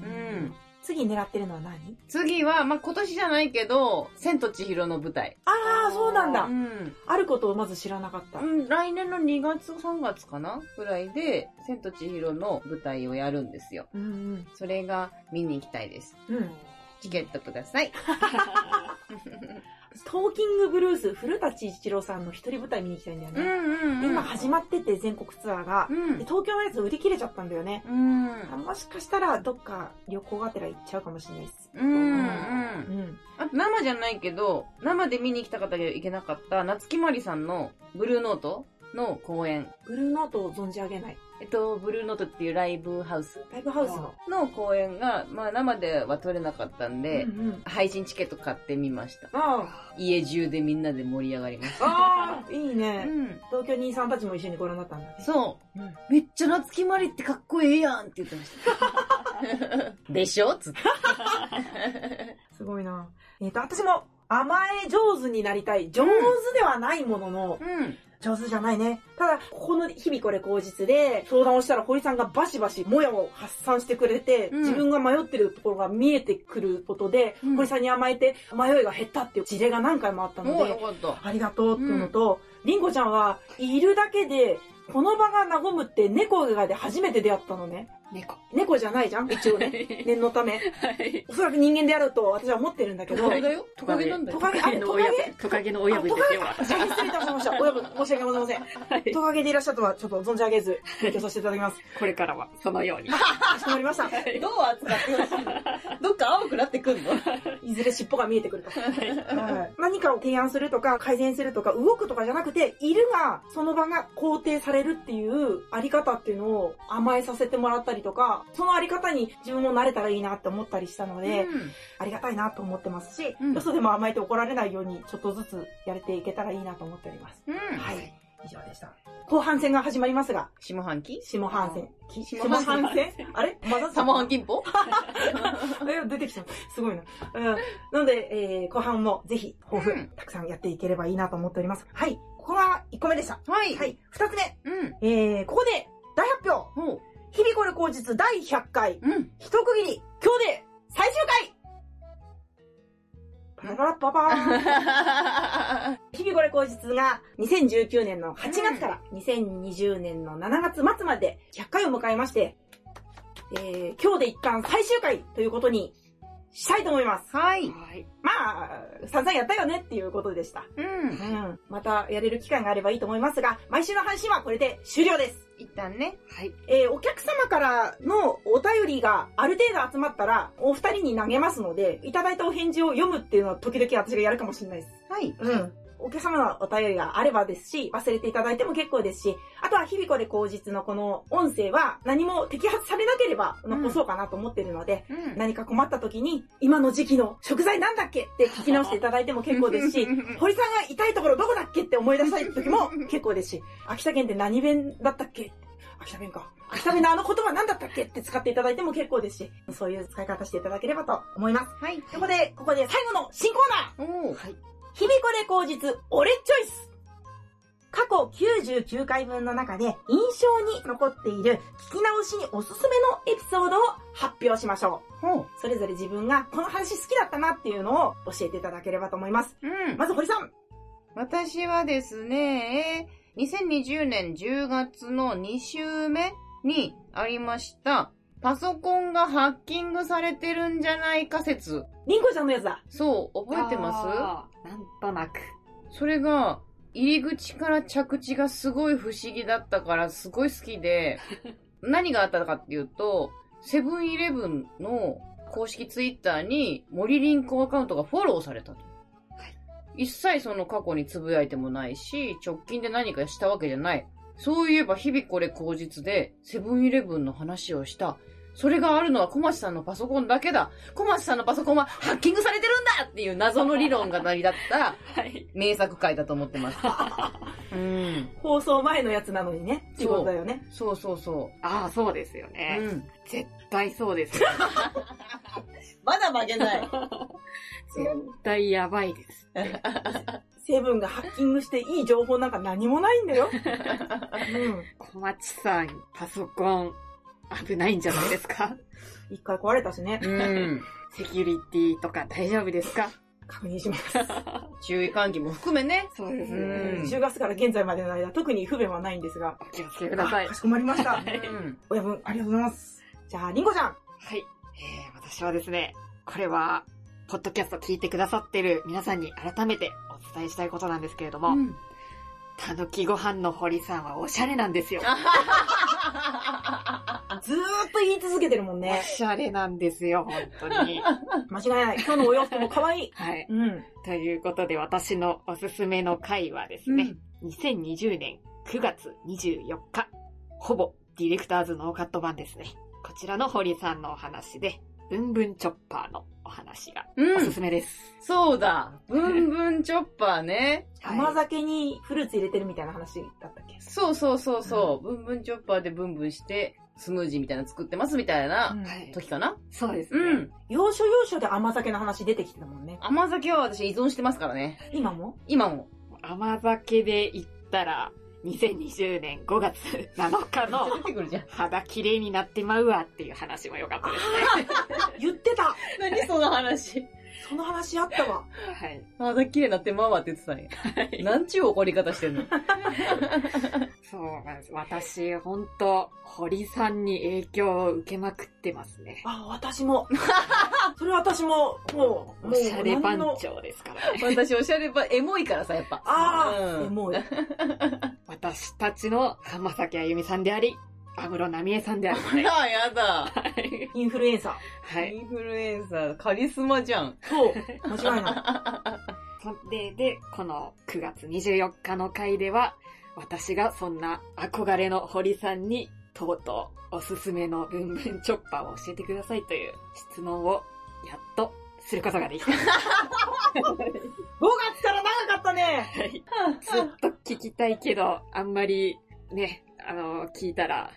C: うん。
B: 次狙ってるのは何
C: 次は、まあ、今年じゃないけど、千と千尋の舞台。
B: ああ、そうなん
C: う
B: だ。
C: ん。
B: あることをまず知らなかった。
C: うん来年の2月、3月かなぐらいで、千と千尋の舞台をやるんですよ。
B: うんうん。
C: それが見に行きたいです。
B: うん。
C: チケットください。
B: トーキングブルース、古舘一郎さんの一人舞台見に行きたいんだよ
C: う
B: ね。
C: んうん、うん。
B: 今始まってて、全国ツアーが。
C: うん
B: で。東京のやつ売り切れちゃったんだよね。
C: うん。
B: あもしかしたら、どっか旅行がてら行っちゃうかもしれないです。
C: うんうん。
B: うん。
C: あと生じゃないけど、生で見に行きたかったけど行けなかった、夏木まりさんのブルーノートの公演。
B: ブルーノートを存じ上げない。
C: えっと、ブルーノートっていうライブハウス
B: ライブハウスの。
C: の公演が、まあ生では撮れなかったんで、
B: うんうん。
C: 配信チケット買ってみました。
B: あ
C: 家中でみんなで盛り上がりまし
B: あ。ああ。いいね
C: た。。うん。
B: 東京兄さんたちも一緒にご覧になったんだね。
C: そう、
B: うん
C: めっちゃ夏木まりってかっこええやんって言ってました。 でしょつって。
B: すごいな。えっ、と、私も甘え上手になりたい。上手ではないものの、
C: うん。
B: 上手じゃないね。ただ、ここの日々これ口実で、相談をしたら堀さんがバシバシもやを発散してくれて、
C: うん
B: 自分が迷ってるところが見えてくることで、
C: うん
B: 堀さんに甘えて迷いが減ったっていう事例が何回もあったの
C: もうよ
B: で、
C: かった。
B: ありがとうっていうのと、りんごちゃんはいるだけで、この場が和むって猫以外で初めて出会ったのね。
A: 猫。
B: 猫じゃないじゃん一応 ね。念のため。
A: はい。
B: おそらく人間であると私は思ってるんだけど。
C: トカゲだよトカゲなんだよ
B: ト。カゲ、
A: ト
B: あ、
A: カゲの
B: ト
A: 親
B: カ
A: 分
B: ゲ、
A: トカゲの親分ですよ。
B: 失礼いたしました。親分、申し訳ございません。
A: はい
B: トカゲでいらっしゃったとはちょっと存じ上げず、勉強させていただきます。
A: これからはそのように。
B: かしこまりました。
C: どう扱ってほしいのどっか青くなってくんの
B: いずれ尻尾が見えてくると。はい何かを提案するとか、改善するとか、動くとかじゃなくて、いるが、その場が肯定されるっていうあり方っていうのを甘えさせてもらったりとか、そのあり方に自分も慣れたらいいなって思ったりしたので、ありがたいなと思ってますし、
C: うん
B: よそでも甘えて怒られないように、ちょっとずつやれていけたらいいなと思っております。
C: うん。
B: はい。以上でした。後半戦が始まりますが、
C: 下半期
B: 下半戦。き
C: 下
B: 下
C: 半
B: 半戦あれまだ
C: 下半期んぽ
B: え出てきた。すごいな。うん。なので、えー後半もぜひ、抱負
C: うん、
B: たくさんやっていければいいなと思っております。はい。ここれは1個目でした。
C: はい。
B: はい。2つ目。
C: うん。
B: えー、ここで、大発表
C: ほう。
B: 日々これ口実第100回、
C: うん。
B: 一区切り、今日で、最終回パラパラパパーン日々これ口実が2019年の8月から2020年の7月末まで100回を迎えまして、えー、今日で一旦最終回ということにしたいと思います。
C: はい。
A: はい。
B: まあ、散々やったよねっていうことでした。
C: うん
B: う。ん。またやれる機会があればいいと思いますが、毎週の配信はこれで終了です。
C: 一旦ね。
A: はい。
B: えーお客様からのお便りがある程度集まったら、お二人に投げますので、いただいたお返事を読むっていうのは時々私がやるかもしれないです。
C: はい。
B: うん。お客様のお便りがあればですし、忘れていただいても結構ですし、あとは日々これ口実のこの音声は何も摘発されなければ残そうかなと思ってるので、
C: うん
B: 何か困った時に、今の時期の食材なんだっけって聞き直していただいても結構です し、堀さんが痛いところどこだっけって思い出したい時も結構ですし、秋田県って何弁だったっけ秋田弁か。秋田弁のあの言葉何だったっけって使っていただいても結構ですし、そういう使い方していただければと思います。
C: はい。
B: ということで、ここで最後の新コーナー
C: おー
A: はい。
B: 日々これ口実、俺チョイス過去99回分の中で印象に残っている聞き直しにおすすめのエピソードを発表しましょう。
C: ほう。
B: それぞれ自分がこの話好きだったなっていうのを教えていただければと思います。
C: うん。
B: まず堀さん。
C: 私はですね、えー2020年10月の2週目にありました、パソコンがハッキングされてるんじゃないか説。
B: リンコちゃんのやつだ。
C: そう、覚えてま
A: あーなんとなく。
C: すそれが、入り口から着地がすごい不思議だったから、すごい好きで、何があったかっていうと、セブンイレブンの公式ツイッターに森林子アカウントがフォローされたと。一切その過去につぶやいてもないし、直近で何かしたわけじゃない。そういえば日々これ口実で、セブンイレブンの話をした。それがあるのは小町さんのパソコンだけだ。小町さんのパソコンはハッキングされてるんだっていう謎の理論が成り立った
A: はい。
C: 名作回だと思っ てます。うん。
B: 放送前のやつなのにね。っていうことだよね。
C: そうそうそ
A: ああ、そうですよ
C: う。
A: ね。
C: うん。
A: 絶対そうですよ。
B: まだ負けない。
A: 絶対やばいです。
B: 成分がハッキングしていい情報なんか何もないんだ よ。うん。
A: 小町さん、パソコン、危ないんじゃないです か
B: 一回壊れたしね。
C: うん。
A: セキュリティとか大丈夫ですか
B: 確認します。
C: 注意喚起も含めね。
A: そうですよね。
C: ん
B: 10月から現在までの間、特に不便はないんですが。
A: お気をつけください
B: あ。かしこまり ました。
A: はい
C: うん。
B: 親分、ありがとうございます。じゃあ、りんごちゃん。
A: はい。えー、私はですね、これは、ポッドキャスト聞いてくださってる皆さんに改めてお伝えしたいことなんですけれども、
C: うん
A: たぬきご飯の堀さんはおしゃれなんですよ。
B: ずーっと言い続けてるもんね
A: お。しゃれなんですよ、本当 に。
B: 間違いない。今日のお洋服も可 愛い。
A: はい。
B: うん。
A: ということで、私のおすすめの回はですね、2020年9月24日、ほぼディレクターズノーカット版ですね。こちらの堀さんのお話で、ブンブンチョッパーのお話が
C: う
A: おす
C: ん。
A: すめです。
C: そうだ。ブンブンチョッパーね。
B: 甘
A: はい
B: 酒にフルーツ入れてるみたいな話だったっけ
C: そうそうそうそう。ブンブンチョッパーでブンブンして、スムージーみたいなの作ってますみたいな
B: うん
A: はい
C: 時かな。
A: そうです
C: う
A: ね。
C: ん。
B: 要所要所で甘酒の話出てきてたもんね。
C: 甘酒は私依存してますからね。
B: 今も
C: 今も。
A: 甘酒で言ったら、2020年5月7日
C: めっちゃ
A: の
C: 出てくるじゃん。
A: 肌綺麗になってまうわっていう話も良かったです
B: 言ってた
C: 何その話。
B: その話あったわ。
A: ね。はい。
C: あ、だ綺麗になってまうわって言ってたね。
A: はい
C: なんちゅう怒り方してんの。
A: そうなんです。私、本当堀さんに影響を受けまくってますね。
B: あ、私 も。それ私も、もう、もう
A: おしゃれ番
B: 何の
A: 長ですからね。
C: 私おしゃれば、エモいからさ、やっぱ。
B: ああ、
C: うん
B: もう、
A: 私たちの浜崎あゆみさんであり、安室奈美恵さんであるので。
C: あら、やだ。
A: はい
B: インフルエンサー。
A: はい。
C: インフルエンサー、カリスマじゃん。
B: そう。間違 いない。
A: そんで、で、この9月24日の回では、私がそんな憧れの堀さんに、とうとうおすすめのブンブンチョッパーを教えてくださいという質問を、やっとすることができた。
B: 5月から長かったね。
A: はいずっと聞きたいけど、あんまりね、あの、聞いたら、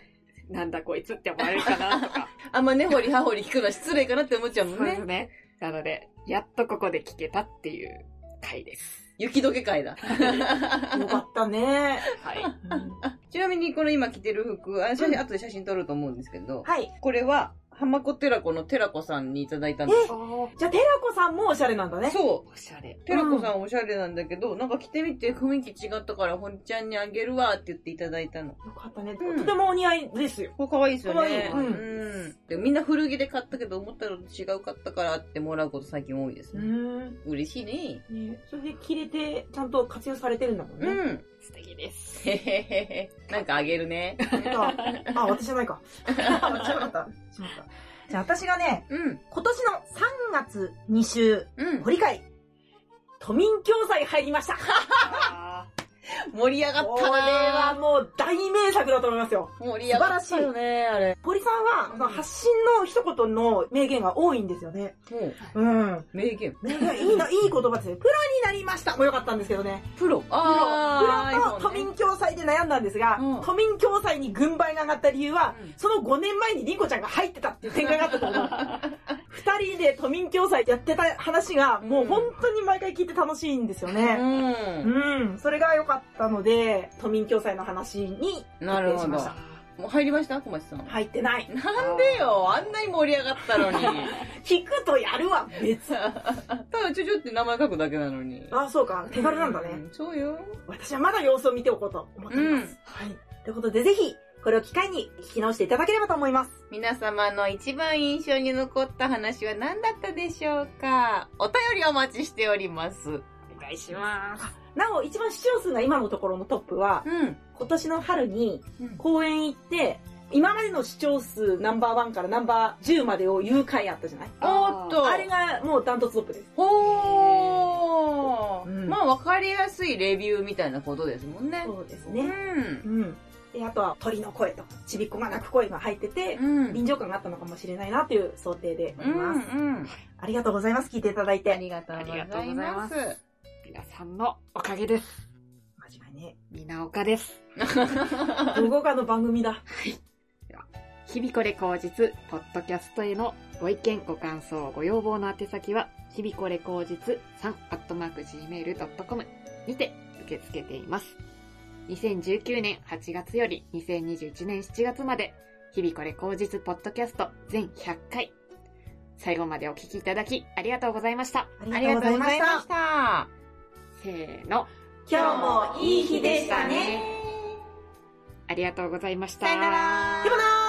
A: なんだこいつって思われるかなとか。
C: あんま根掘り葉掘り聞くのは失礼かなって思っちゃう
A: そ
C: も
A: うんで
C: ね
A: す。ね。なので、やっとここで聞けたっていう回です。
D: 雪解け会だ。
B: よかったね。
A: はい。
B: うん
C: ちなみにこの今着てる服、あ写真、後で写真撮ると思うんですけど、
B: はい。
C: これは、浜子寺子の寺子さんにいただいたんで
A: あー
B: じゃあ、寺子さんもおしゃれなんだね。
C: す。そ
A: おしゃれ
C: う。。寺子さんおしゃれなんだけど、なんか着てみて雰囲気違ったから、堀ちゃんにあげるわって言っていただいたの。
B: よかったね。
C: うん
B: とてもお似合いですよ。
C: これ可愛いですよね。
B: 可愛いうん
C: うんでみんな古着で買ったけど、思ったのと違うかったからってもらうこと最近多いです
B: う
C: ね。
B: ん。
C: 嬉しいね。
B: ね、それで着れて、ちゃんと活用されてるんだもん
C: う
B: ね。
C: ん。
A: 素敵です。
C: へへへへ。なんかあげるね。
B: なんかあ、私じゃないか。 私じゃなかった。しまった。じゃあ、私がね、
C: うん。
B: 今年の3月2週、
C: うん。
B: 堀会、都民共済入りました。
A: あ
C: 盛り上がっ
B: これ
C: た
B: は
C: な
B: もう大名作だと思いますよ。
C: 盛り上がったよね、あれ。
B: 堀さんは、その発信の一言の名言が多いんですよね。
C: もう、
B: うん。
C: 名言。
B: 名言いいの、いい言葉ですね。プロになりましたもうよかったんですけどね。
C: プロ。
B: プロプロと都
C: iPhone ね
B: 民共済で悩んだんですが、
C: うん
B: 都民共済に軍配が上がった理由は、
C: うん
B: その5年前にリンコちゃんが入ってたっていう展開があったと 思う。二人で都民共済やってた話が、もう本当に毎回聞いて楽しいんですよね。
C: う
B: うん、それが良かったので、都民共済の話に
C: ん。なるほ
B: しま
C: ど
B: し。た
C: もう入りました小町さん。
B: 入ってない。
C: なんでよあんなに盛り上がったのに。
B: 聞くとやるは別。
C: ただ、ちょちょって名前書くだけなのに。
B: あ、そうか。手軽なんだね。
C: う。そうよ。
B: 私はまだ様子を見ておこうと思っています。
C: うん
B: はい。ということで、ぜひ、これを機会に聞き直していただければと思います。
C: 皆様の一番印象に残った話は何だったでしょうかお便りお待ちしております。
A: ーお願いします。
B: なお、一番視聴数が今のところのトップは
C: う、ん。
B: 今年の春に
C: うん
B: 公演行って、今までの視聴数ナンバーワンからナンバー10までを言う回あったじゃない
C: おっと。
B: あれがもうダントツトップです。
C: ほー。
B: うん
C: まあ、わかりやすいレビューみたいなことですもんね。
B: そうです
C: う
B: ね。
C: ん。
B: うん。で、あとは鳥の声とちびっこが泣く声が入ってて、
C: うん。
B: 臨場感があったのかもしれないなという想定でおります。
C: うんうん。
B: ありがとうございます。聞いていただい
C: あ
B: て。
C: りがとうござい
A: ありがとうござい
C: ま。
A: ます皆さんのおかげです。
B: 間違いね。
A: みなおかです。
B: 動画の番組だ。
A: 日々これ口実、ポッドキャストへのご意見、ご感想、ご要望の宛先は、日々これ口実3、アットマーク gmail.com にて受け付けています。2019年8月より2021年7月まで、日々これ口実ポッドキャスト全100回。最後までお聞きいただき、ありがとうございました。
B: ありがとうございまし
C: ありがとうございま
B: た
C: し。た。
A: せーの、
B: 今日もいい日でしたね。
A: ありがとうございました。
C: さよなら。
B: でもなー